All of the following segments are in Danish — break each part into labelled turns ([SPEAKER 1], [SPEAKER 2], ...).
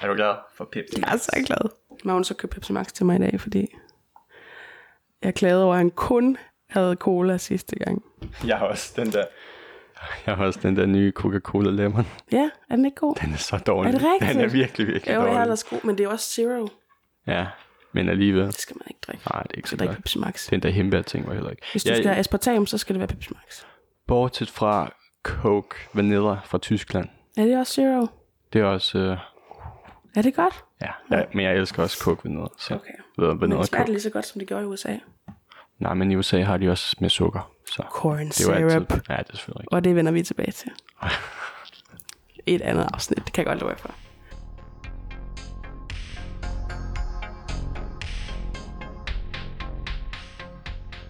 [SPEAKER 1] Er du glad for Pepsi
[SPEAKER 2] Jeg er
[SPEAKER 1] Max?
[SPEAKER 2] så glad. Magnus har købt Pepsi Max til mig i dag, fordi jeg klagede over, at han kun havde cola sidste gang.
[SPEAKER 1] Jeg har også den der... Jeg har også den der nye Coca-Cola Lemon.
[SPEAKER 2] Ja, er den ikke god?
[SPEAKER 1] Den er så dårlig.
[SPEAKER 2] Er det rigtigt?
[SPEAKER 1] Den er virkelig, virkelig
[SPEAKER 2] Jo, jeg
[SPEAKER 1] dårlig.
[SPEAKER 2] har ellers god, men det er jo også zero.
[SPEAKER 1] Ja, men alligevel.
[SPEAKER 2] Det skal man ikke drikke.
[SPEAKER 1] Nej, det er ikke
[SPEAKER 2] Du
[SPEAKER 1] så
[SPEAKER 2] skal drikke
[SPEAKER 1] godt.
[SPEAKER 2] Pepsi Max.
[SPEAKER 1] Den der hembær ting var heller ikke.
[SPEAKER 2] Hvis du
[SPEAKER 1] Jeg-
[SPEAKER 2] skal have aspartam, så skal det være Pepsi Max.
[SPEAKER 1] Bortset fra Coke Vanilla fra Tyskland.
[SPEAKER 2] Er det også zero?
[SPEAKER 1] Det er også... Øh,
[SPEAKER 2] Er det godt?
[SPEAKER 1] ja, ja, men jeg elsker også Coke Vanilla. Så
[SPEAKER 2] Okay.
[SPEAKER 1] ved,
[SPEAKER 2] Men
[SPEAKER 1] vanilla
[SPEAKER 2] det smager det
[SPEAKER 1] Coke.
[SPEAKER 2] lige så godt, som det gjorde i USA.
[SPEAKER 1] Nej, men i USA har de også med sukker. Så
[SPEAKER 2] Corn
[SPEAKER 1] det er jo
[SPEAKER 2] syrup.
[SPEAKER 1] altid... Ja, det er selvfølgelig
[SPEAKER 2] Og det vender vi tilbage til. Et andet afsnit, det kan jeg godt love jer for.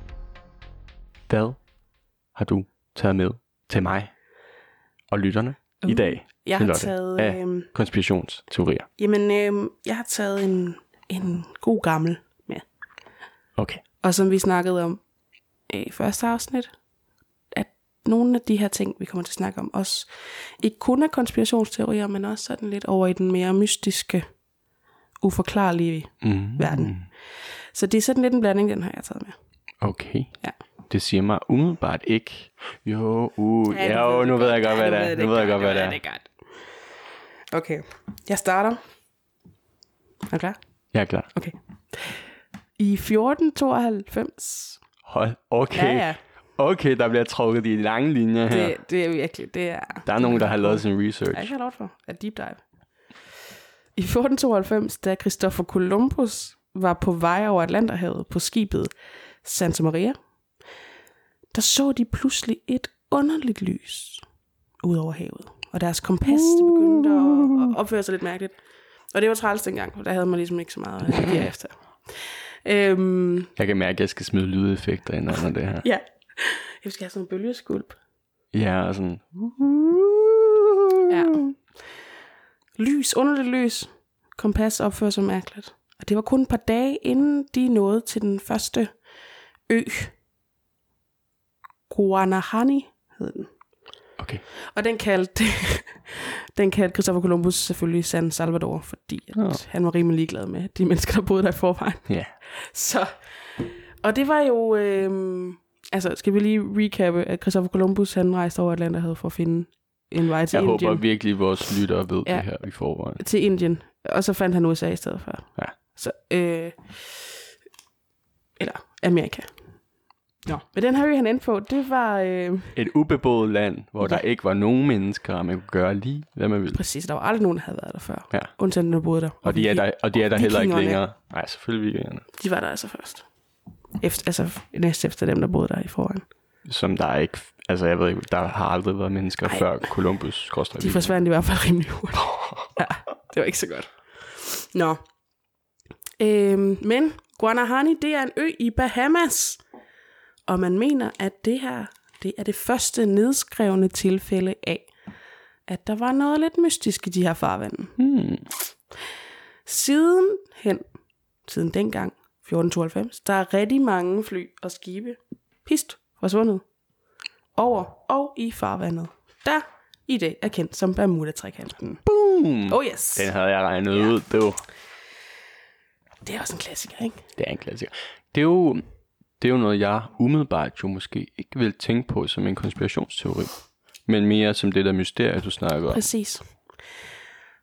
[SPEAKER 1] rigtigt. Hvad har du taget med til mig og lytterne uh, i dag,
[SPEAKER 2] Um, Jeg har
[SPEAKER 1] Charlotte,
[SPEAKER 2] taget,
[SPEAKER 1] af
[SPEAKER 2] øhm,
[SPEAKER 1] konspirationsteorier?
[SPEAKER 2] jamen, øhm, jeg har taget en, en god gammel med.
[SPEAKER 1] Okay.
[SPEAKER 2] Og som vi snakkede om øh, i første afsnit, at nogle af de her ting, vi kommer til at snakke om, også ikke kun er konspirationsteorier, men også sådan lidt over i den mere mystiske, uforklarlige
[SPEAKER 1] Mm,
[SPEAKER 2] verden. Så det er sådan lidt en blanding, den har jeg taget med.
[SPEAKER 1] Okay.
[SPEAKER 2] Ja.
[SPEAKER 1] Det siger mig umiddelbart ikke. Jo, uh,
[SPEAKER 2] du
[SPEAKER 1] ja, jo,
[SPEAKER 2] ved
[SPEAKER 1] nu
[SPEAKER 2] det
[SPEAKER 1] ved jeg godt,
[SPEAKER 2] Ja,
[SPEAKER 1] hvad
[SPEAKER 2] du
[SPEAKER 1] det er. Nu ved jeg godt, hvad det er.
[SPEAKER 2] er godt. Okay, jeg starter. Er du klar?
[SPEAKER 1] Jeg er klar.
[SPEAKER 2] Okay. I 1492.
[SPEAKER 1] Hold, okay.
[SPEAKER 2] Ja, ja.
[SPEAKER 1] Okay, der bliver trukket de lange linjer her.
[SPEAKER 2] Det, det er virkelig, det Altså. er...
[SPEAKER 1] der er nogen, der har lavet sin
[SPEAKER 2] Ja, det
[SPEAKER 1] research.
[SPEAKER 2] kan jeg lov for. At deep dive. I 1492, da Christopher Columbus var på vej over Atlanterhavet på skibet Santa Maria, der så de pludselig et underligt lys ud over havet. Og deres kompas det begyndte at at opføre sig lidt mærkeligt. Og det var træls dengang, for der havde man ligesom ikke så meget at give efter. Øhm,
[SPEAKER 1] Jeg kan mærke, at jeg skal smide lydeffekter ind under det her.
[SPEAKER 2] ja, jeg skal have sådan en bølgeskulp.
[SPEAKER 1] Ja, og sådan...
[SPEAKER 2] Ja. Mm. Lys, underligt lys. Kompas opfører sig mærkeligt. Og det var kun et par dage, inden de nåede til den første ø. Guanahani hed den.
[SPEAKER 1] Okay.
[SPEAKER 2] Og den kaldte, den kaldte Christopher Columbus selvfølgelig San Salvador, fordi at
[SPEAKER 1] Ja.
[SPEAKER 2] han var rimelig ligeglad med de mennesker, der boede der i forvejen.
[SPEAKER 1] Ja.
[SPEAKER 2] Så, og det var jo, øhm, altså skal vi lige recappe, at Christopher Columbus han rejste over Atlanterhavet for at finde en vej til
[SPEAKER 1] Jeg
[SPEAKER 2] Indien.
[SPEAKER 1] håber virkelig, at vores lyttere ved
[SPEAKER 2] Ja.
[SPEAKER 1] det her i forvejen.
[SPEAKER 2] til Indien, og så fandt han USA i stedet for.
[SPEAKER 1] Ja.
[SPEAKER 2] Så, øh, eller Amerika. Nå, men den her ø, han endte på, det var øh,
[SPEAKER 1] Et ubeboet land, hvor der ikke var nogen mennesker, og man kunne gøre lige, hvad man ville.
[SPEAKER 2] præcis, der var aldrig nogen, der havde været der før.
[SPEAKER 1] Ja.
[SPEAKER 2] Undtagen der boede der.
[SPEAKER 1] Og de er der, og de er der heller ikke
[SPEAKER 2] vikingerne.
[SPEAKER 1] længere. Nej, selvfølgelig vikingerne.
[SPEAKER 2] De var der altså først. Efter, altså næst efter dem, der boede der i forvejen.
[SPEAKER 1] Som der er ikke... Altså, jeg ved ikke, der har aldrig været mennesker Ej. før Columbus. koster
[SPEAKER 2] De forsvandt i hvert fald rimelig hurtigt. Ja, det var ikke så godt. Nå. Øhm, men Guanahani, det er en ø i Bahamas. Og man mener, at det her, det er det første nedskrevne tilfælde af, at der var noget lidt mystisk i de her farvande.
[SPEAKER 1] Hmm.
[SPEAKER 2] Siden hen, siden dengang, 1492, der er rigtig mange fly og skibe pist forsvundet over og i farvandet, der i dag er kendt som Bermuda-trikanten.
[SPEAKER 1] Boom!
[SPEAKER 2] Oh yes.
[SPEAKER 1] Den havde jeg regnet ja. ud. Det var,
[SPEAKER 2] Det er også en klassiker, ikke?
[SPEAKER 1] det er en klassiker. Det er jo, det er jo noget, jeg umiddelbart jo måske ikke vil tænke på som en konspirationsteori. Men mere som det der mysterie, du snakker om.
[SPEAKER 2] Præcis.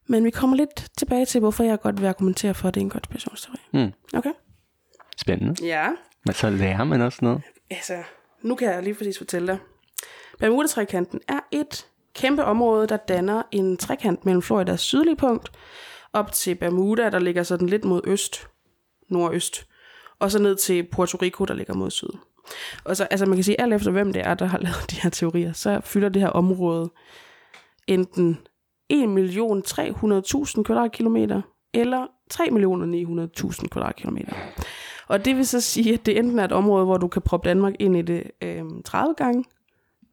[SPEAKER 2] Men vi kommer lidt tilbage til, hvorfor jeg godt vil argumentere for, at det er en konspirationsteori.
[SPEAKER 1] Mm.
[SPEAKER 2] Okay?
[SPEAKER 1] Spændende.
[SPEAKER 2] Ja.
[SPEAKER 1] Men så lærer man også noget.
[SPEAKER 2] Altså, nu kan jeg lige præcis fortælle dig. Bermuda-trekanten er et kæmpe område, der danner en trekant mellem Floridas sydlige punkt op til Bermuda, der ligger sådan lidt mod øst, nordøst, og så ned til Puerto Rico, der ligger mod syd. Og så, altså man kan sige, alt efter hvem det er, der har lavet de her teorier, så fylder det her område enten 1.300.000 kvadratkilometer eller 3.900.000 kvadratkilometer. Og det vil så sige, at det enten er et område, hvor du kan proppe Danmark ind i det øh, 30 gange,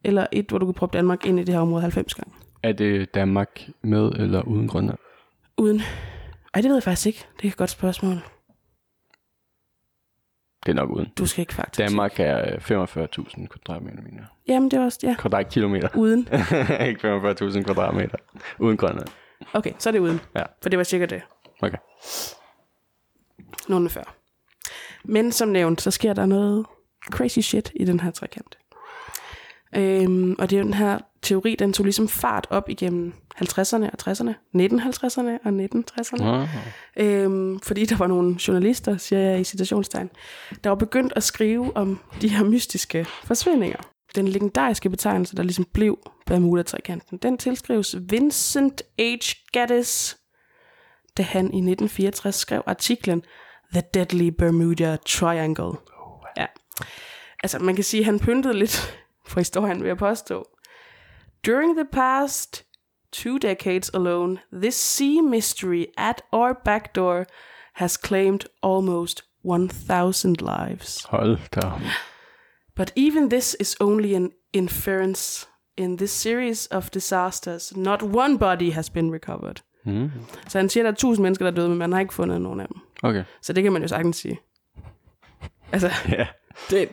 [SPEAKER 2] eller et, hvor du kan proppe Danmark ind i det her område 90 gange.
[SPEAKER 1] Er det Danmark med eller uden Grønland?
[SPEAKER 2] Uden... Ej, det ved jeg faktisk ikke. Det er et godt spørgsmål.
[SPEAKER 1] Det er nok uden.
[SPEAKER 2] Du skal ikke faktisk.
[SPEAKER 1] Danmark er øh, 45.000 kvadratmeter.
[SPEAKER 2] Jamen, det er også... Ja.
[SPEAKER 1] Kvadratkilometer.
[SPEAKER 2] Uden.
[SPEAKER 1] ikke 45.000 kvadratmeter. Uden Grønland.
[SPEAKER 2] Okay, så er det uden.
[SPEAKER 1] Ja.
[SPEAKER 2] For det var sikkert det.
[SPEAKER 1] Okay.
[SPEAKER 2] Nogle før. Men som nævnt, så sker der noget crazy shit i den her trekant. Øhm, og det er jo den her teori, den tog ligesom fart op igennem 50'erne og 60'erne, 1950'erne og 1960'erne.
[SPEAKER 1] Nå,
[SPEAKER 2] Øhm, fordi der var nogle journalister, siger jeg i citationstegn, der var begyndt at skrive om de her mystiske forsvindinger. Den legendariske betegnelse, der ligesom blev Bermuda-trikanten, den tilskrives Vincent H. Gaddis, da han i 1964 skrev artiklen The Deadly Bermuda Triangle. Ja. Altså, man kan sige, at han pyntede lidt for historien, vil jeg påstå. During the past two decades alone, this sea mystery at our back door has claimed almost 1,000 lives.
[SPEAKER 1] hold da. op.
[SPEAKER 2] But even this is only an inference. In this series of disasters, not one body has been recovered.
[SPEAKER 1] Mm.
[SPEAKER 2] Så han siger, at der er tusind mennesker, der er døde, men man har ikke fundet nogen af dem.
[SPEAKER 1] Okay.
[SPEAKER 2] Så det kan man jo sagtens sige. Altså,
[SPEAKER 1] Ja.
[SPEAKER 2] det,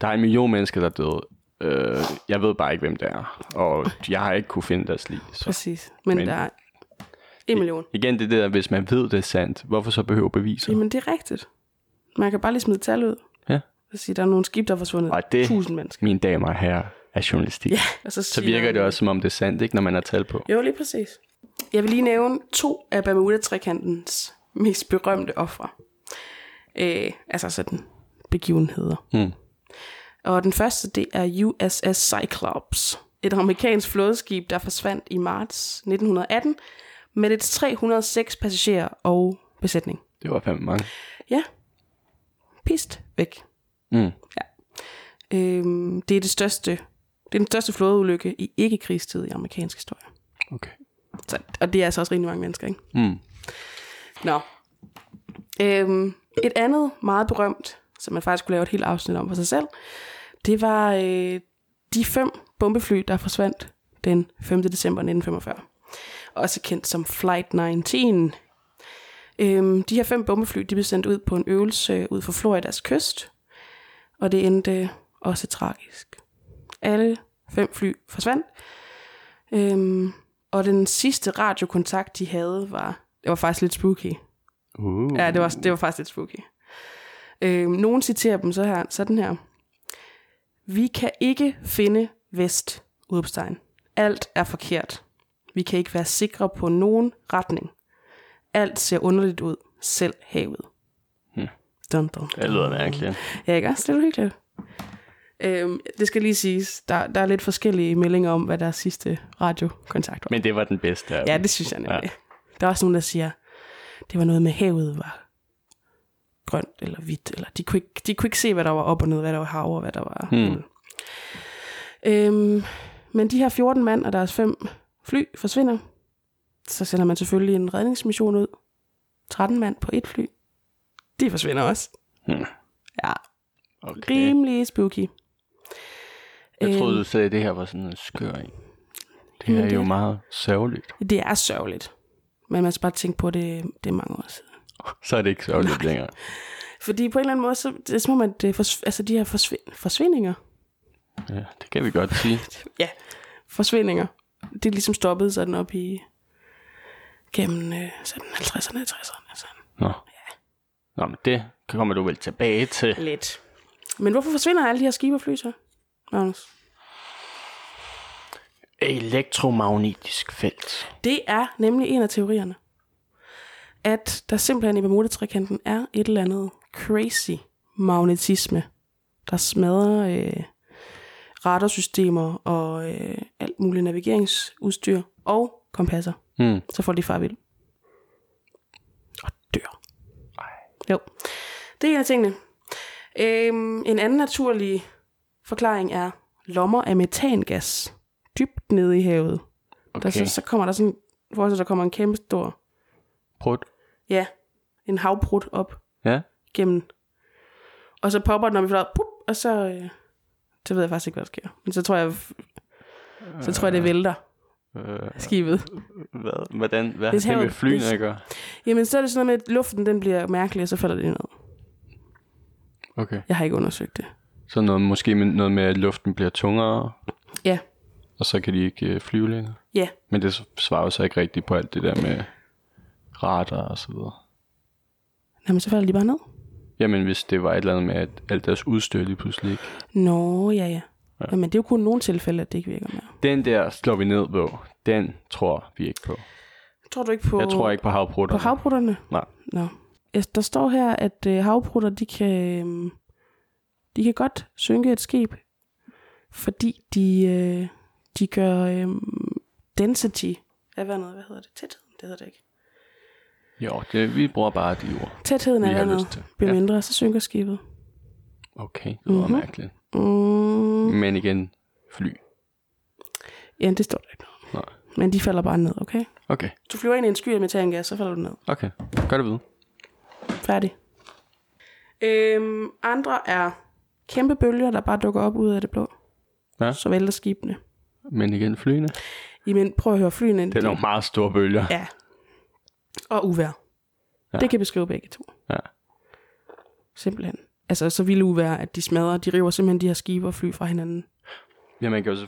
[SPEAKER 1] Der er en million mennesker, der er døde. Øh, jeg ved bare ikke, hvem det er. Og jeg har ikke kunne finde deres lig. Så.
[SPEAKER 2] præcis.
[SPEAKER 1] Men-
[SPEAKER 2] Men, men der er en million.
[SPEAKER 1] Igen, det er det der, hvis man ved, det er sandt, hvorfor så behøver beviser?
[SPEAKER 2] Jamen, det er rigtigt. Man kan bare lige smide tal ud.
[SPEAKER 1] Ja.
[SPEAKER 2] Og sige, der er nogle skib, der er forsvundet.
[SPEAKER 1] Og det-
[SPEAKER 2] Tusind mennesker.
[SPEAKER 1] Mine damer og herrer er journalistik.
[SPEAKER 2] Ja, og så,
[SPEAKER 1] Så virker det også, som om det er sandt, ikke, når man har tal på.
[SPEAKER 2] Jo, lige præcis. Jeg vil lige nævne to af Bermuda-trekantens mest berømte ofre. Øh, altså sådan begivenheder.
[SPEAKER 1] Mm.
[SPEAKER 2] Og den første, det er USS Cyclops. Et amerikansk flådeskib, der forsvandt i marts 1918 med dets 306 passagerer og besætning.
[SPEAKER 1] Det var fandme mange.
[SPEAKER 2] Ja, pist væk.
[SPEAKER 1] Mm.
[SPEAKER 2] Øhm, det er det største, det er den største flådeulykke i ikke-krigstid i amerikansk historie.
[SPEAKER 1] Okay.
[SPEAKER 2] Så, og det er altså også rigtig mange mennesker, ikke?
[SPEAKER 1] Mm.
[SPEAKER 2] Nå. Øhm, et andet meget berømt, som man faktisk kunne lave et helt afsnit om for sig selv, det var øh, de fem bombefly, der forsvandt den 5. december 1945. Også kendt som Flight 19. Øhm, de her fem bombefly, de blev sendt ud på en øvelse øh, ud for Floridas kyst, og det endte øh, også tragisk. Alle fem fly forsvandt, øhm, og den sidste radiokontakt, de havde, var, det var faktisk lidt spooky.
[SPEAKER 1] Uh.
[SPEAKER 2] Ja, det var, det var faktisk lidt spooky. Øhm, nogen citerer dem så her, sådan her. Vi kan ikke finde vest, udopstegn. Alt er forkert. Vi kan ikke være sikre på nogen retning. Alt ser underligt ud, selv havet.
[SPEAKER 1] Hmm.
[SPEAKER 2] Dun, dun.
[SPEAKER 1] Det lyder mærkeligt.
[SPEAKER 2] Ja, ikke også? Det er jo hyggeligt. Øhm, det skal lige siges, der, der er lidt forskellige meldinger om, hvad deres sidste radiokontakt var.
[SPEAKER 1] Men det var den bedste af
[SPEAKER 2] Ja,
[SPEAKER 1] dem.
[SPEAKER 2] det synes jeg nemlig.
[SPEAKER 1] Ja.
[SPEAKER 2] Ja. Der er også nogen, der siger, det var noget med havet var grønt eller hvidt, eller de kunne, ikke, de kunne ikke se, hvad der var op og ned, hvad der var hav og hvad der var
[SPEAKER 1] Hmm.
[SPEAKER 2] himmel. Øhm, men de her 14 mand og deres fem fly forsvinder. Så sender man selvfølgelig en redningsmission ud. 13 mand på et fly. De forsvinder også.
[SPEAKER 1] Hmm.
[SPEAKER 2] Ja,
[SPEAKER 1] Okay.
[SPEAKER 2] rimelig spooky.
[SPEAKER 1] Jeg troede,
[SPEAKER 2] Øhm,
[SPEAKER 1] du sagde, at det her var sådan en skør en. Det
[SPEAKER 2] Jamen,
[SPEAKER 1] er
[SPEAKER 2] det
[SPEAKER 1] jo
[SPEAKER 2] er-
[SPEAKER 1] meget sørgeligt.
[SPEAKER 2] Øhm, Det er sørgeligt. Men man skal bare tænke på, at det, det er mange år siden.
[SPEAKER 1] Så er det ikke sørgeligt Nej. længere.
[SPEAKER 2] Fordi på en eller anden måde, så det er som om, at det forsv- altså, de her forsvind- forsvindinger,
[SPEAKER 1] Ja, det kan vi godt sige.
[SPEAKER 2] ja, forsvindinger, det er ligesom stoppet sådan op i gennem øh, sådan 50'erne og 60'erne. Sådan.
[SPEAKER 1] Nå. Nå, men det kommer du vel tilbage til.
[SPEAKER 2] Lidt. Men hvorfor forsvinder alle de her skibe og fly så, Magnus?
[SPEAKER 1] Elektromagnetisk felt.
[SPEAKER 2] Det er nemlig en af teorierne. At der simpelthen i Bermuda-trikanten er et eller andet crazy magnetisme, der smadrer øh, radarsystemer og øh, alt muligt navigeringsudstyr og kompasser.
[SPEAKER 1] Mm.
[SPEAKER 2] Så får de farvild. Og dør. Jo. Det er en af tingene. Øhm, en anden naturlig forklaring er lommer af metangas dybt nede i havet. Der,
[SPEAKER 1] Okay.
[SPEAKER 2] så, så kommer der sådan, for så der kommer en kæmpe stor,
[SPEAKER 1] Prut.
[SPEAKER 2] ja, en havbrud op
[SPEAKER 1] Ja.
[SPEAKER 2] gennem. Og så popper den om i fladet, pup, og så, øh, så ved jeg faktisk ikke, hvad der sker. Men så tror jeg, så tror jeg, det vælter
[SPEAKER 1] Øh,
[SPEAKER 2] skibet.
[SPEAKER 1] hvad? Hvordan? Hvad har
[SPEAKER 2] Hvis
[SPEAKER 1] det med
[SPEAKER 2] havet-
[SPEAKER 1] flyene
[SPEAKER 2] hvis-
[SPEAKER 1] at gøre?
[SPEAKER 2] Jamen, så er det sådan noget med, at luften den bliver mærkelig, og så falder det ned.
[SPEAKER 1] Okay.
[SPEAKER 2] Jeg har ikke undersøgt det.
[SPEAKER 1] Så noget, måske med- noget med, at luften bliver tungere.
[SPEAKER 2] Ja.
[SPEAKER 1] og så kan de ikke øh, flyve længere.
[SPEAKER 2] Ja,
[SPEAKER 1] Men det svarer jo så ikke rigtigt på alt det der med radar og så videre.
[SPEAKER 2] Nå, men så falder de bare ned.
[SPEAKER 1] Jamen, hvis det var et eller andet med, at alt deres udstyr lige pludselig ikke.
[SPEAKER 2] Nå, ja, ja. ja. Jamen, det er jo kun nogle tilfælde, at det ikke virker mere.
[SPEAKER 1] Den der slår vi ned på. Den tror vi ikke på.
[SPEAKER 2] Tror du ikke på,
[SPEAKER 1] Jeg tror ikke på havprutter.
[SPEAKER 2] på havbrutterne?
[SPEAKER 1] Nej.
[SPEAKER 2] Nå. Ja, Der står her, at øh, havbrutter, de kan, øhm, de kan godt synke et skib, fordi de, øh, de gør øhm, density af vandet. Hvad hedder det? Tætheden? Det hedder det ikke.
[SPEAKER 1] Jo, det, vi bruger bare de ord,
[SPEAKER 2] Tætheden
[SPEAKER 1] vi
[SPEAKER 2] af
[SPEAKER 1] har lyst
[SPEAKER 2] vandet
[SPEAKER 1] til.
[SPEAKER 2] bliver
[SPEAKER 1] Ja.
[SPEAKER 2] mindre, så synker skibet.
[SPEAKER 1] Okay, det lyder
[SPEAKER 2] Mhm.
[SPEAKER 1] mm-hmm. mærkeligt.
[SPEAKER 2] Mm,
[SPEAKER 1] Men igen, fly.
[SPEAKER 2] ja, det står der ikke noget.
[SPEAKER 1] Nej.
[SPEAKER 2] Men de falder bare ned, okay?
[SPEAKER 1] Okay,
[SPEAKER 2] Du flyver ind i en sky af metangas, så falder du ned.
[SPEAKER 1] okay. Gør det videre.
[SPEAKER 2] Færdig. Øhm, andre er kæmpe bølger, der bare dukker op ud af det blå.
[SPEAKER 1] Ja.
[SPEAKER 2] Så vælter skibene.
[SPEAKER 1] Men igen, flyene.
[SPEAKER 2] Jamen, prøv at høre flyene ind.
[SPEAKER 1] Det er nogle meget store bølger.
[SPEAKER 2] Ja. Og uvær. Ja.
[SPEAKER 1] Ja.
[SPEAKER 2] Det kan beskrive begge to.
[SPEAKER 1] Ja.
[SPEAKER 2] Simpelthen. Altså, så vilde uvær, at de smadrer. De river simpelthen de her skibe og fly fra hinanden.
[SPEAKER 1] ja man, kan jo så,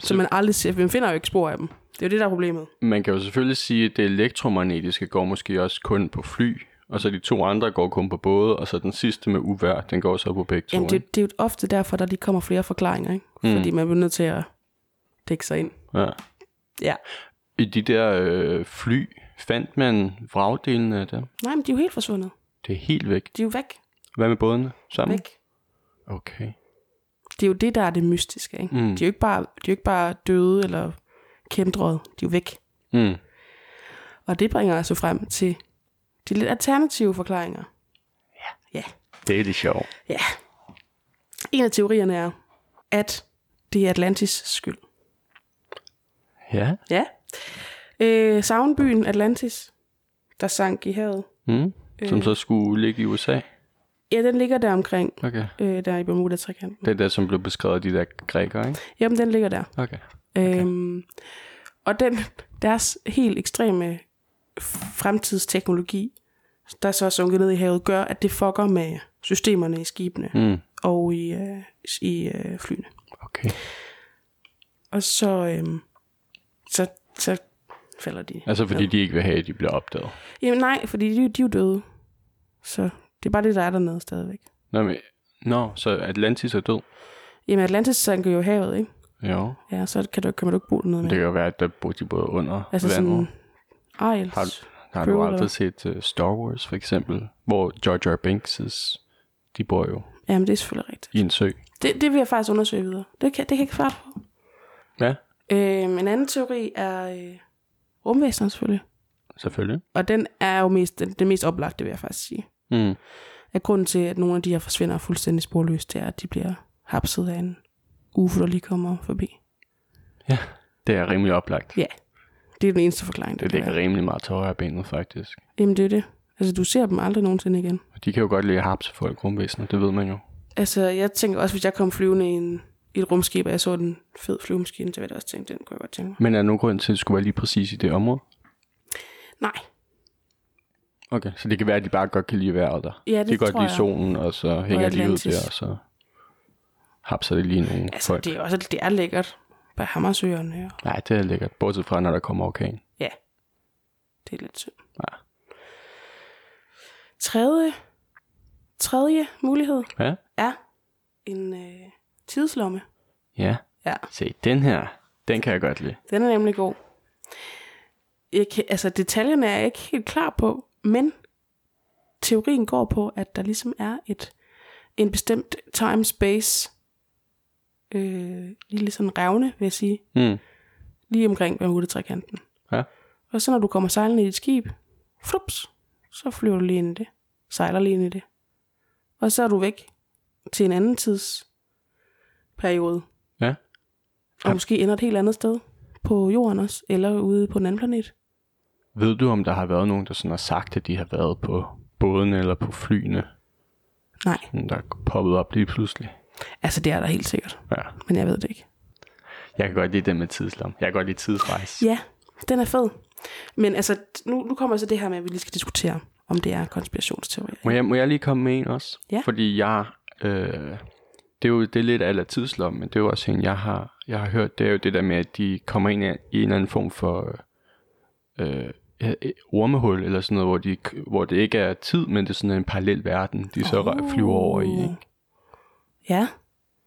[SPEAKER 2] Så man aldrig ser, man finder jo ikke spor af dem. Det er jo det, der er problemet.
[SPEAKER 1] man kan jo selvfølgelig sige, at det elektromagnetiske går måske også kun på fly, og så de to andre går kun på både, og så den sidste med uvær, den går så på begge to.
[SPEAKER 2] Jamen,
[SPEAKER 1] ikke?
[SPEAKER 2] det, det er jo ofte derfor, der lige kommer flere forklaringer, ikke? Mm.
[SPEAKER 1] Mm.
[SPEAKER 2] Fordi man bliver nødt til at dække sig ind.
[SPEAKER 1] Ja.
[SPEAKER 2] Ja.
[SPEAKER 1] I de der øh, fly, fandt man vragdelen af dem?
[SPEAKER 2] Nej, men de er jo helt forsvundet.
[SPEAKER 1] Det er helt væk.
[SPEAKER 2] De er jo væk.
[SPEAKER 1] Hvad med bådene sammen?
[SPEAKER 2] Væk.
[SPEAKER 1] Okay.
[SPEAKER 2] det er jo det, der er det mystiske. Ikke?
[SPEAKER 1] Mm.
[SPEAKER 2] De, er jo ikke bare, de er jo ikke bare døde eller kæmdrede. De er jo væk.
[SPEAKER 1] Mm.
[SPEAKER 2] Og det bringer altså frem til de lidt alternative forklaringer. Ja. ja.
[SPEAKER 1] Det er lidt sjovt.
[SPEAKER 2] Ja. En af teorierne er, at det er Atlantis skyld.
[SPEAKER 1] Ja.
[SPEAKER 2] Ja. Øh, Savnbyen Atlantis, der sank i havet.
[SPEAKER 1] Mm. Som
[SPEAKER 2] Øh.
[SPEAKER 1] så skulle ligge i USA.
[SPEAKER 2] Ja, den ligger der omkring,
[SPEAKER 1] Okay.
[SPEAKER 2] øh, der i Bermuda-trikanten.
[SPEAKER 1] Det er der, som blev beskrevet af de der grækere, ikke?
[SPEAKER 2] Jamen, den ligger der.
[SPEAKER 1] Okay.
[SPEAKER 2] Okay. Øhm, og den, deres helt ekstreme fremtidsteknologi, der så er sunket ned i havet, gør, at det fucker med systemerne i skibene mm.
[SPEAKER 1] Mm.
[SPEAKER 2] og i, øh, i øh, flyene.
[SPEAKER 1] Okay.
[SPEAKER 2] Og så, øhm, så, så falder de.
[SPEAKER 1] Altså fordi de ikke vil have, at de bliver opdaget.
[SPEAKER 2] Jamen nej, fordi de, de er jo døde. Så det er bare det, der er dernede stadigvæk.
[SPEAKER 1] Nå, men, nå så Atlantis er død?
[SPEAKER 2] Jamen Atlantis sanker jo i havet, ikke?
[SPEAKER 1] Jo.
[SPEAKER 2] Ja, så kan du, kan man jo ikke bruge
[SPEAKER 1] Det
[SPEAKER 2] noget mere.
[SPEAKER 1] kan jo være, at der bor de både under
[SPEAKER 2] altså
[SPEAKER 1] vandet.
[SPEAKER 2] sådan, Ariels.
[SPEAKER 1] Har Har du
[SPEAKER 2] Cruella.
[SPEAKER 1] aldrig set uh, Star Wars, for eksempel? Hvor George R. Binks' de bor jo
[SPEAKER 2] Jamen det er selvfølgelig rigtigt.
[SPEAKER 1] i en sø.
[SPEAKER 2] Det, det vil jeg faktisk undersøge videre. Det kan, det kan jeg ikke svare på.
[SPEAKER 1] Ja,
[SPEAKER 2] Øhm, en anden teori er øh, rumvæsener selvfølgelig.
[SPEAKER 1] selvfølgelig.
[SPEAKER 2] Og den er jo mest, den, den mest oplagte, vil jeg faktisk sige.
[SPEAKER 1] Mm.
[SPEAKER 2] At grunden til, at nogle af de her forsvinder fuldstændig sporløst, det er, at de bliver hapset af en ufo, der lige kommer forbi.
[SPEAKER 1] Ja, det er rimelig oplagt.
[SPEAKER 2] Ja, det er den eneste forklaring.
[SPEAKER 1] Det
[SPEAKER 2] kan
[SPEAKER 1] ligger
[SPEAKER 2] være.
[SPEAKER 1] rimelig meget til højre benet, faktisk.
[SPEAKER 2] Jamen, det er det. Altså, du ser dem aldrig nogensinde igen.
[SPEAKER 1] Og de kan jo godt lide at hapse folk rumvæsener, det ved man jo.
[SPEAKER 2] Altså, jeg tænker også, hvis jeg kom flyvende i, en, i et rumskib, og jeg så den fed flyvemaskine, så ville jeg også tænke, den kunne jeg godt tænke mig.
[SPEAKER 1] Men er der nogen grund til, at det skulle være lige præcis i det område?
[SPEAKER 2] Nej,
[SPEAKER 1] Okay, så det kan være, at de bare godt kan lide vejret der.
[SPEAKER 2] Ja, det
[SPEAKER 1] de kan godt
[SPEAKER 2] tror
[SPEAKER 1] lide
[SPEAKER 2] jeg.
[SPEAKER 1] solen, og så hænger de ud
[SPEAKER 2] Atlantis.
[SPEAKER 1] der, og så hapser det lige nogle
[SPEAKER 2] altså,
[SPEAKER 1] folk.
[SPEAKER 2] det er også det er lækkert. Bare Hammersøerne og
[SPEAKER 1] Nej, det er lækkert, bortset fra, når der kommer orkan.
[SPEAKER 2] Ja. Det er lidt synd.
[SPEAKER 1] Ja.
[SPEAKER 2] Tredje, tredje mulighed
[SPEAKER 1] Ja?
[SPEAKER 2] er en øh, tidslomme.
[SPEAKER 1] Ja.
[SPEAKER 2] Ja.
[SPEAKER 1] Se, den her, den kan jeg godt lide.
[SPEAKER 2] Den er nemlig god. Jeg kan, altså, detaljerne er jeg ikke helt klar på, men teorien går på, at der ligesom er et en bestemt time-space øh, lille sådan revne, vil jeg sige,
[SPEAKER 1] Mm.
[SPEAKER 2] lige omkring Bermuda-trekanten.
[SPEAKER 1] Ja.
[SPEAKER 2] Og så når du kommer sejlende i dit skib, flups, så flyver du lige ind i det. Sejler lige ind i det. Og så er du væk til en anden tidsperiode.
[SPEAKER 1] Ja.
[SPEAKER 2] Og måske ender et helt andet sted på jorden også, eller ude på en anden planet.
[SPEAKER 1] Ved du, om der har været nogen, der sådan har sagt, at de har været på bådene eller på flyene,
[SPEAKER 2] Nej,
[SPEAKER 1] sådan, der er poppet op lige pludselig?
[SPEAKER 2] altså det er der helt sikkert,
[SPEAKER 1] Ja.
[SPEAKER 2] men jeg ved det ikke.
[SPEAKER 1] Jeg kan godt lide den med tidslom. Jeg kan godt lide tidsrejse.
[SPEAKER 2] Ja, den er fed. Men altså, nu, nu kommer så det her med, at vi lige skal diskutere, om det er konspirationsteorier.
[SPEAKER 1] Må jeg, må jeg lige komme med en også?
[SPEAKER 2] Ja.
[SPEAKER 1] Fordi jeg, øh, det er jo det er lidt aller tidslom, men det er jo også en, jeg har, jeg har hørt, det er jo det der med, at de kommer ind i i en eller anden form for øh, øh, ormehul, eller sådan noget, hvor, de, hvor det ikke er tid, men det er sådan en parallel verden, de så oh. flyver over i. Ikke?
[SPEAKER 2] Ja.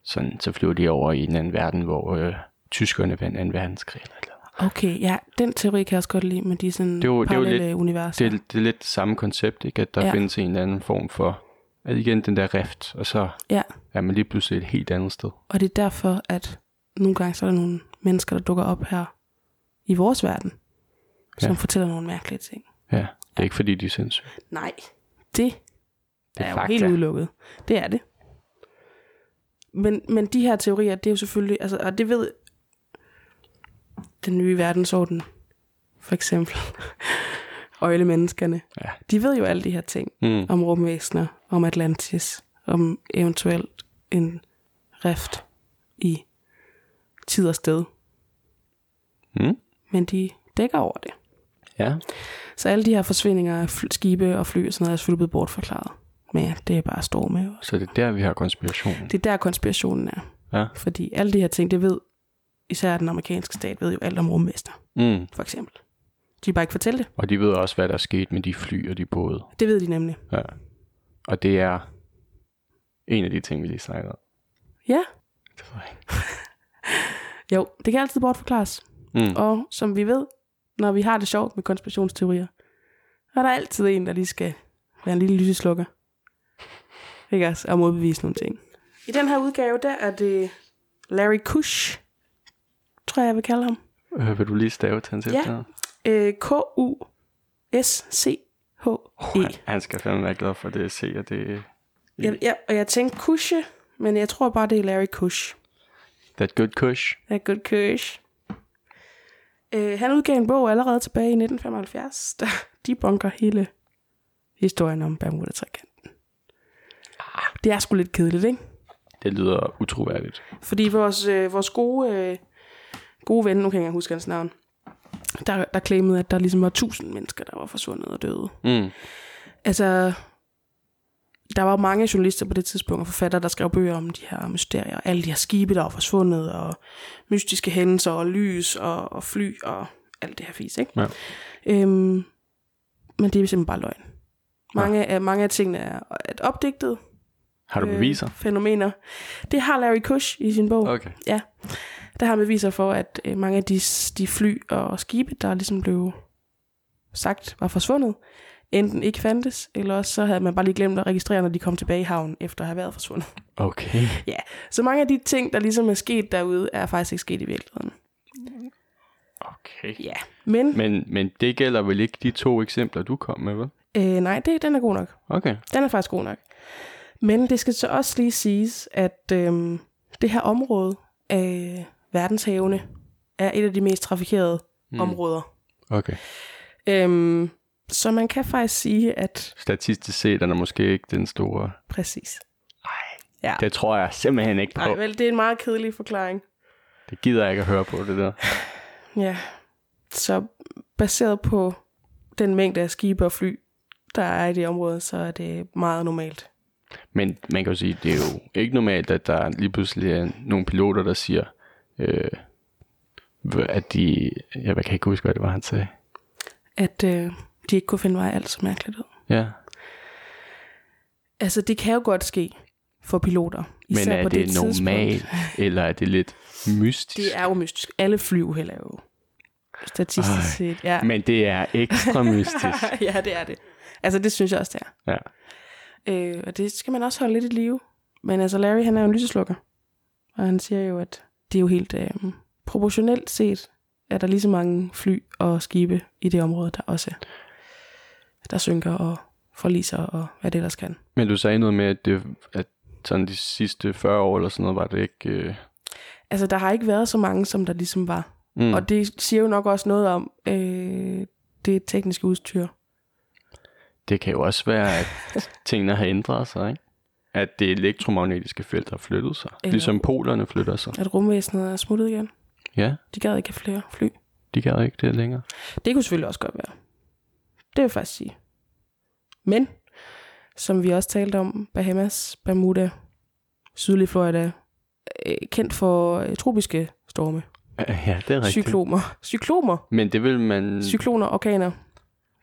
[SPEAKER 1] Sådan, så flyver de over i en anden verden, hvor øh, tyskerne vandt 2. verdenskrig. Eller, et eller. andet.
[SPEAKER 2] Okay, ja, den teori kan jeg også godt lide, men de er sådan
[SPEAKER 1] Det er jo- det er jo
[SPEAKER 2] parallelle univers.
[SPEAKER 1] Det, er, det er lidt det samme koncept, ikke? at der
[SPEAKER 2] Ja.
[SPEAKER 1] ja. findes en eller anden form for, at igen den der rift, og så
[SPEAKER 2] Ja,
[SPEAKER 1] er man lige pludselig et helt andet sted.
[SPEAKER 2] og det er derfor, at nogle gange så er der nogle mennesker, der dukker op her i vores verden, som
[SPEAKER 1] Ja.
[SPEAKER 2] fortæller nogle mærkelige ting.
[SPEAKER 1] Ja, det er ikke fordi, de er sindssyge.
[SPEAKER 2] Nej, det
[SPEAKER 1] Det
[SPEAKER 2] Det
[SPEAKER 1] er
[SPEAKER 2] er, jo
[SPEAKER 1] fakta.
[SPEAKER 2] helt udelukket. Det er det. Men, men de her teorier, det er jo selvfølgelig, altså, og det ved den nye verdensorden, for eksempel, og alle menneskerne,
[SPEAKER 1] Ja.
[SPEAKER 2] de ved jo alle de her ting
[SPEAKER 1] Mm.
[SPEAKER 2] om rumvæsener, om Atlantis, om eventuelt en rift i tid og sted,
[SPEAKER 1] Mm.
[SPEAKER 2] men de dækker over det.
[SPEAKER 1] Ja,
[SPEAKER 2] Så alle de her forsvindinger af fly- skibe og fly og sådan noget er selvfølgelig blevet bortforklaret. Men ja, det er bare storme og
[SPEAKER 1] så det er der, vi har konspirationen.
[SPEAKER 2] Det er der konspirationen er.
[SPEAKER 1] Ja.
[SPEAKER 2] Fordi alle de her ting, det ved, især den amerikanske stat, ved jo alt om rumvæsener,
[SPEAKER 1] Mm.
[SPEAKER 2] for eksempel. De vil bare ikke fortælle det.
[SPEAKER 1] Og de ved også, hvad der er sket med de fly og de både.
[SPEAKER 2] Det ved de nemlig.
[SPEAKER 1] Ja. Og det er en af de ting, vi lige snakkede om.
[SPEAKER 2] Ja,
[SPEAKER 1] Det ved jeg ikke.
[SPEAKER 2] jo, det kan altid bortforklares.
[SPEAKER 1] Mm.
[SPEAKER 2] Og som vi ved, når vi har det sjovt med konspirationsteorier, så er der altid en, der lige skal være en lille lyseslukker. Ikke også? Og modbevise nogle ting. I den her udgave, der er det Larry Kush, tror jeg, jeg vil kalde ham.
[SPEAKER 1] Øh, vil du lige stave til hans
[SPEAKER 2] Ja.
[SPEAKER 1] efternavn?
[SPEAKER 2] Øh, E. K-U-S-C-H-E.
[SPEAKER 1] Han- Han skal fandme være glad for det, at se, at det
[SPEAKER 2] Jeg, jeg, og jeg tænkte Kusche, men jeg tror bare, det er Larry Kush.
[SPEAKER 1] that good kush.
[SPEAKER 2] Det er good Kush. Øh, han udgav en bog allerede tilbage i 1975, der debunker hele historien om Bermuda-trikanten. Det er sgu lidt kedeligt, ikke?
[SPEAKER 1] Det lyder utroværdigt.
[SPEAKER 2] Fordi vores, øh, vores gode, øh, gode ven, nu kan jeg ikke huske hans navn, der, der claimede, at der ligesom var tusind mennesker, der var forsvundet og døde.
[SPEAKER 1] Mm.
[SPEAKER 2] Altså, der var jo mange journalister på det tidspunkt og forfattere, der skrev bøger om de her mysterier. og Alle de her skibe, der var forsvundet, og mystiske hændelser, og lys, og, og fly, og alt det her fis, ikke?
[SPEAKER 1] Ja.
[SPEAKER 2] Øhm, men det er simpelthen bare løgn. Mange, af, mange af tingene er, er opdigtet.
[SPEAKER 1] Har du beviser?
[SPEAKER 2] Øh, oh. fænomener. Det har Larry Kush i sin bog.
[SPEAKER 1] Okay.
[SPEAKER 2] Der har man beviser for, at øh, mange af de, de fly og skibe, der ligesom blev sagt var forsvundet, enten ikke fandtes, eller også så havde man bare lige glemt at registrere, når de kom tilbage i havnen, efter at have været forsvundet.
[SPEAKER 1] Okay.
[SPEAKER 2] Ja, så mange af de ting, der ligesom er sket derude, er faktisk ikke sket i virkeligheden.
[SPEAKER 1] Okay.
[SPEAKER 2] Ja, men, men.
[SPEAKER 1] Men, men det gælder vel ikke de to eksempler, du kom med, vel?
[SPEAKER 2] Øh, nej, det, den er god nok.
[SPEAKER 1] Okay.
[SPEAKER 2] Den er faktisk god nok. Men det skal så også lige siges, at øh, det her område af verdenshavene er et af de mest trafikerede mm. områder
[SPEAKER 1] Okay.
[SPEAKER 2] Øhm, så man kan faktisk sige, at
[SPEAKER 1] Statistisk set er der måske ikke den store...
[SPEAKER 2] præcis.
[SPEAKER 1] Det tror jeg simpelthen ikke på.
[SPEAKER 2] Nej, vel, det er en meget kedelig forklaring.
[SPEAKER 1] Det gider jeg ikke at høre på, det der.
[SPEAKER 2] Ja. Så baseret på den mængde af skibe og fly, der er i det område, så er det meget normalt.
[SPEAKER 1] Men man kan jo sige, det er jo ikke normalt, at der lige pludselig er nogle piloter, der siger, øh, hva- at de... Jeg kan ikke huske, hvad det var, han sagde.
[SPEAKER 2] At øh, de ikke kunne finde vej alt så mærkeligt ud.
[SPEAKER 1] Ja.
[SPEAKER 2] Altså, det kan jo godt ske for piloter.
[SPEAKER 1] Men
[SPEAKER 2] Især
[SPEAKER 1] er
[SPEAKER 2] på
[SPEAKER 1] det,
[SPEAKER 2] det
[SPEAKER 1] det
[SPEAKER 2] tidspunkt.
[SPEAKER 1] normalt, eller er det lidt mystisk?
[SPEAKER 2] Det er jo mystisk. Alle flyuheld er jo statistisk
[SPEAKER 1] Ej,
[SPEAKER 2] set. Ja.
[SPEAKER 1] Men det er ekstra mystisk.
[SPEAKER 2] ja, det er det. Altså, det synes jeg også, det er.
[SPEAKER 1] Ja.
[SPEAKER 2] Øh, og det skal man også holde lidt i live. Men altså, Larry, han er jo en lyseslukker. Og han siger jo, at det er jo helt øh, proportionelt set, er der lige så mange fly og skibe i det område, der også der synker og forliser og hvad det ellers kan.
[SPEAKER 1] Men du sagde noget med, at, det, at sådan de sidste 40 år eller sådan noget, var det ikke... Øh...
[SPEAKER 2] Altså, der har ikke været så mange, som der ligesom var.
[SPEAKER 1] Mm.
[SPEAKER 2] Mm. Og det siger jo nok også noget om øh, det tekniske udstyr.
[SPEAKER 1] Det kan jo også være, at tingene har ændret sig, ikke? At det elektromagnetiske felt har flyttet sig. Eller...
[SPEAKER 2] Eller-
[SPEAKER 1] Ligesom polerne flytter sig.
[SPEAKER 2] At rumvæsenet er smuttet igen.
[SPEAKER 1] Ja,
[SPEAKER 2] De gad ikke have flere fly.
[SPEAKER 1] de kan jo ikke det længere.
[SPEAKER 2] Det kunne selvfølgelig også godt være. Det vil jeg faktisk sige. Men, som vi også talte om, Bahamas, Bermuda, sydlige Florida, øh, kendt for øh, tropiske storme,
[SPEAKER 1] Ja, det er rigtigt.
[SPEAKER 2] cyklomer, cyklomer,
[SPEAKER 1] Men det vil man,
[SPEAKER 2] cykloner, orkaner,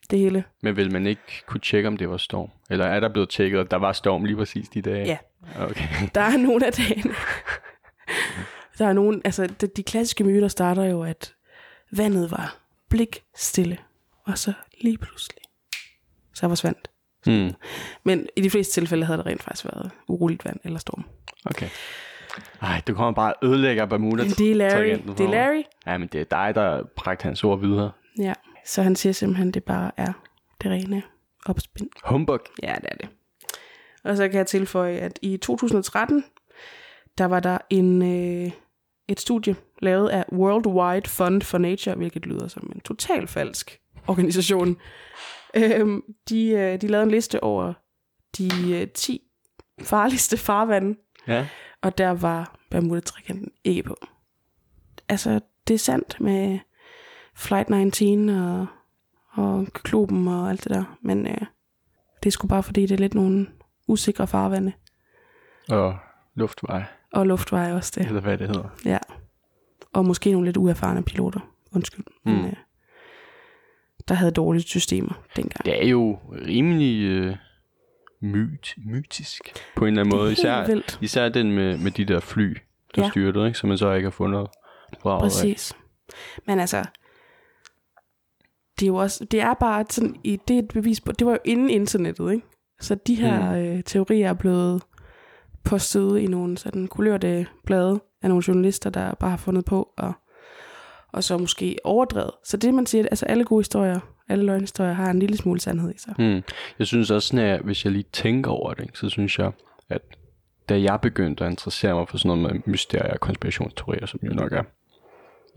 [SPEAKER 2] det hele.
[SPEAKER 1] men vil man ikke kunne tjekke, om det var storm? Eller er der blevet tjekket, at der var storm lige præcis de dage?
[SPEAKER 2] Ja.
[SPEAKER 1] Okay.
[SPEAKER 2] Der er nogle af dagene. Der er nogle, altså de, de klassiske myter starter jo, at vandet var blik stille, og så lige pludselig, så forsvandt.
[SPEAKER 1] Mm.
[SPEAKER 2] Men i de fleste tilfælde havde der rent faktisk været uroligt vand eller storm.
[SPEAKER 1] Okay. Ej, du kommer bare og ødelægger Bermuda.
[SPEAKER 2] Det er Larry.
[SPEAKER 1] tangenten
[SPEAKER 2] Det er
[SPEAKER 1] for mig.
[SPEAKER 2] Larry.
[SPEAKER 1] Ja, men det er dig, der bragte hans ord videre.
[SPEAKER 2] Ja, så han siger simpelthen, at det bare er det rene opspind.
[SPEAKER 1] Humbug.
[SPEAKER 2] Ja, det er det. Og så kan jeg tilføje, at i 2013, der var der en, øh, et studie lavet af World Wide Fund for Nature, hvilket lyder som en total falsk organisation. Øhm, de, øh, de lavede en liste over de øh, 10 farligste farvande,
[SPEAKER 1] Ja.
[SPEAKER 2] og der var Bermuda-trikanten ikke på. Altså, det er sandt med Flight 19 og, og Kloben og alt det der, men øh, det er sgu bare fordi, det er lidt nogle usikre farvande,
[SPEAKER 1] Og luftvej,
[SPEAKER 2] og luftveje også det,
[SPEAKER 1] eller hvad det hedder.
[SPEAKER 2] ja. Og måske nogle lidt uerfarne piloter, undskyld. Mm. Men,
[SPEAKER 1] Mm.
[SPEAKER 2] øh, der havde dårlige systemer dengang.
[SPEAKER 1] Det er jo rimelig øh, myt, mytisk på en eller anden måde.
[SPEAKER 2] helt
[SPEAKER 1] Især,
[SPEAKER 2] vildt.
[SPEAKER 1] især den med, med de der fly, der
[SPEAKER 2] Ja.
[SPEAKER 1] ja. styrtede, ikke? som man så ikke har fundet braget af.
[SPEAKER 2] Præcis. Men altså, det er jo også, det er bare sådan, i- det er et bevis på, det var jo inden internettet, ikke? Så de her mm. øh, teorier er blevet postet i nogle sådan kulørte blade af nogle journalister, der bare har fundet på og, og så måske overdrevet. Så det man siger, altså alle gode historier, alle løgnhistorier har en lille smule sandhed i sig.
[SPEAKER 1] Mm. Jeg synes også, sådan, at hvis jeg lige tænker over det, ikke, så synes jeg, at da jeg begyndte at interessere mig for sådan noget med mysterier og konspirationsteorier, som jo nok er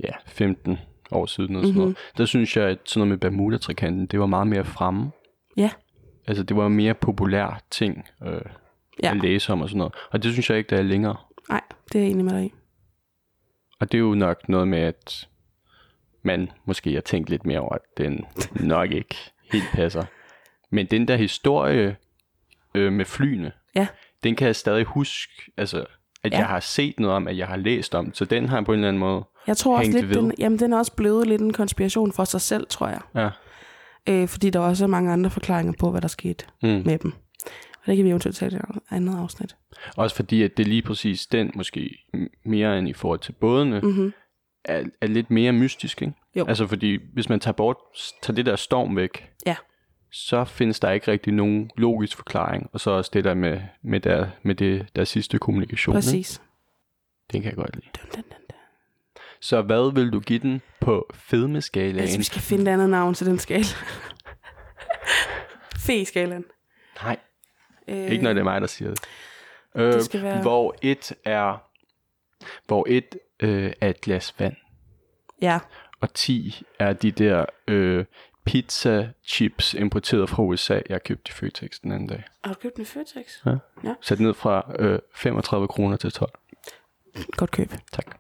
[SPEAKER 1] ja, 15 år siden, og sådan
[SPEAKER 2] Mhm.
[SPEAKER 1] mm-hmm. noget, der synes jeg, at sådan noget med Bermuda-trikanten, det var meget mere fremme.
[SPEAKER 2] Ja,
[SPEAKER 1] Altså, det var en mere populær ting øh, ja.
[SPEAKER 2] Ja.
[SPEAKER 1] at læse om og sådan noget. Og det synes jeg ikke, der er længere.
[SPEAKER 2] nej, det er jeg enig med dig i.
[SPEAKER 1] Og det er jo nok noget med, at man måske har tænkt lidt mere over, at den nok ikke helt passer. Men den der historie øh, med flyene,
[SPEAKER 2] Ja,
[SPEAKER 1] den kan jeg stadig huske, altså, at
[SPEAKER 2] Ja.
[SPEAKER 1] ja. jeg har set noget om, at jeg har læst om. Så den har på en eller anden måde...
[SPEAKER 2] jeg tror også
[SPEAKER 1] Hængt
[SPEAKER 2] lidt,
[SPEAKER 1] ved.
[SPEAKER 2] den, jamen, den er også blevet lidt en konspiration for sig selv, tror jeg.
[SPEAKER 1] Ja.
[SPEAKER 2] øh, fordi der også er mange andre forklaringer på, hvad der skete mm.
[SPEAKER 1] Mm.
[SPEAKER 2] med dem. Og det kan vi eventuelt tage i et andet afsnit.
[SPEAKER 1] Også fordi, at det er lige præcis den, måske m- mere end i forhold til bådene, mm-hmm. er, er lidt mere mystisk, ikke?
[SPEAKER 2] Mhm. Jo.
[SPEAKER 1] Altså fordi, hvis man tager, bort, tager det der storm væk,
[SPEAKER 2] Ja,
[SPEAKER 1] så findes der ikke rigtig nogen logisk forklaring. Og så også det der med, med, der, med det, der sidste kommunikation. Ikke?
[SPEAKER 2] præcis.
[SPEAKER 1] Den kan jeg godt lide.
[SPEAKER 2] Dun, dun, dun, dun.
[SPEAKER 1] Så hvad vil du give den på
[SPEAKER 2] Altså,
[SPEAKER 1] fedmeskalaen?
[SPEAKER 2] vi skal finde et andet navn til den skala. Fe-skalaen.
[SPEAKER 1] Nej,
[SPEAKER 2] Øh,
[SPEAKER 1] ikke når det er mig, der siger det. Øh,
[SPEAKER 2] det skal være-
[SPEAKER 1] Hvor et er, hvor et, øh, er et glas vand,
[SPEAKER 2] Ja,
[SPEAKER 1] og 10 er de der øh, pizza chips importeret fra USA, jeg købte i Føtex den anden dag.
[SPEAKER 2] har du købt den i Føtex?
[SPEAKER 1] Ja.
[SPEAKER 2] Ja.
[SPEAKER 1] Sat ned fra øh, 35 kroner til 12.
[SPEAKER 2] Godt køb.
[SPEAKER 1] Tak.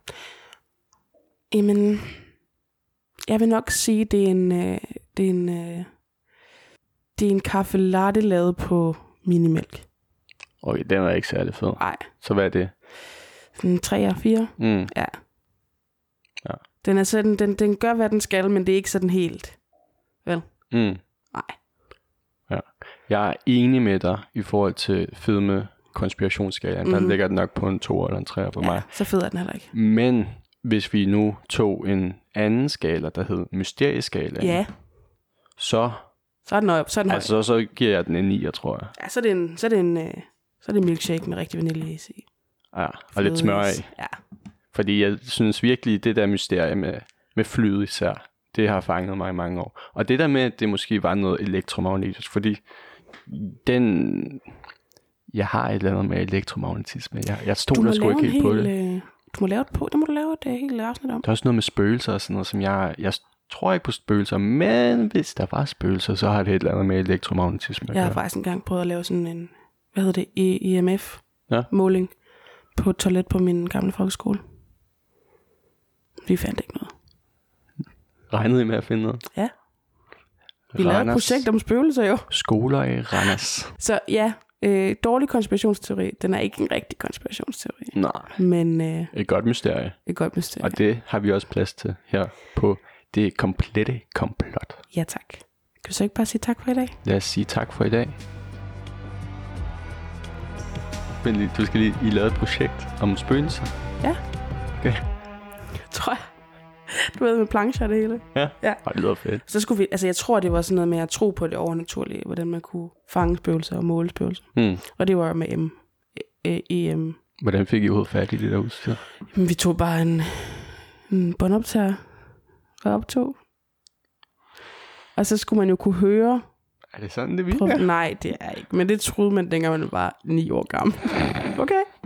[SPEAKER 2] Jamen, jeg vil nok sige, det er en, øh, det er en, øh, det er en kaffe latte lavet på minimælk.
[SPEAKER 1] Okay, den var ikke særlig fed.
[SPEAKER 2] Nej,
[SPEAKER 1] Så hvad er det?
[SPEAKER 2] sådan 3 og 4.
[SPEAKER 1] Mm.
[SPEAKER 2] Ja.
[SPEAKER 1] Ja.
[SPEAKER 2] Den, er sådan, den, den gør, hvad den skal, men det er ikke sådan helt. Vel?
[SPEAKER 1] Mm.
[SPEAKER 2] Nej.
[SPEAKER 1] Ja. Jeg er enig med dig i forhold til fedme konspirationsskalaen. Mm. Der ligger den nok på en 2 eller en 3 for ja. mig.
[SPEAKER 2] Mhm. Ja, så fed er den heller ikke.
[SPEAKER 1] Men hvis vi nu tog en anden skala, der hed mysterieskalaen,
[SPEAKER 2] Ja,
[SPEAKER 1] så,
[SPEAKER 2] så er den, op, så er den altså, høj.
[SPEAKER 1] altså, så giver jeg den en 9, tror jeg.
[SPEAKER 2] Ja, så er det en, så er det en, øh, så er det en milkshake med rigtig vaniljeis i.
[SPEAKER 1] Ja, og lidt smør i.
[SPEAKER 2] Ja,
[SPEAKER 1] Fordi jeg synes virkelig, det der mysterie med, med flyet især, det har fanget mig i mange år. Og det der med, at det måske var noget elektromagnetisk, fordi den... Jeg har et eller andet med elektromagnetisme. Jeg, jeg
[SPEAKER 2] du må,
[SPEAKER 1] stoler sgu
[SPEAKER 2] lave
[SPEAKER 1] ikke
[SPEAKER 2] en
[SPEAKER 1] helt på
[SPEAKER 2] hel,
[SPEAKER 1] det.
[SPEAKER 2] øh, du må lave et på, det må du lave et øh, helt afsnit om.
[SPEAKER 1] Der er også noget med spøgelser og sådan noget, som jeg... Jeg tror ikke på spøgelser, men hvis der var spøgelser, så har det et eller andet med elektromagnetisme at
[SPEAKER 2] Jeg har
[SPEAKER 1] gøre.
[SPEAKER 2] faktisk engang prøvet at lave sådan en, hvad hedder det,
[SPEAKER 1] Ja.
[SPEAKER 2] EMF-måling på et toilet på min gamle folkeskole. Vi fandt ikke noget.
[SPEAKER 1] Regnede I med at finde noget?
[SPEAKER 2] Ja, vi lavede et
[SPEAKER 1] Randers.
[SPEAKER 2] projekt om spøgelser jo.
[SPEAKER 1] Skoler i Randers.
[SPEAKER 2] Så ja, Øh, dårlig konspirationsteori. Den er ikke en rigtig konspirationsteori.
[SPEAKER 1] Nej.
[SPEAKER 2] Men øh,
[SPEAKER 1] Et godt mysterie.
[SPEAKER 2] et godt mysterie.
[SPEAKER 1] Og det har vi også plads til her på det komplette komplot.
[SPEAKER 2] Ja tak. Kan vi så ikke bare sige tak for i dag?
[SPEAKER 1] Lad os sige tak for i dag. Men lige, du skal lige, I lavede et projekt om spøgelser.
[SPEAKER 2] Ja.
[SPEAKER 1] Okay.
[SPEAKER 2] Tror jeg. Du ved, med plancher og det hele.
[SPEAKER 1] Ja.
[SPEAKER 2] Ja.
[SPEAKER 1] Ej, det lyder fedt.
[SPEAKER 2] Så skulle vi, altså jeg tror, det var sådan noget med at tro på det overnaturlige, hvordan man kunne fange spøgelser og måle spøgelser.
[SPEAKER 1] Mm.
[SPEAKER 2] Og det var jo med M. Øh, EM.
[SPEAKER 1] Hvordan fik I overhovedet fat i det der udstyr?
[SPEAKER 2] Men vi tog bare en, en båndoptager og optog. Og så skulle man jo kunne høre.
[SPEAKER 1] Er det sådan, det
[SPEAKER 2] Prøv, Nej, det er ikke. Men det troede man, dengang man var ni år gammel. Okay.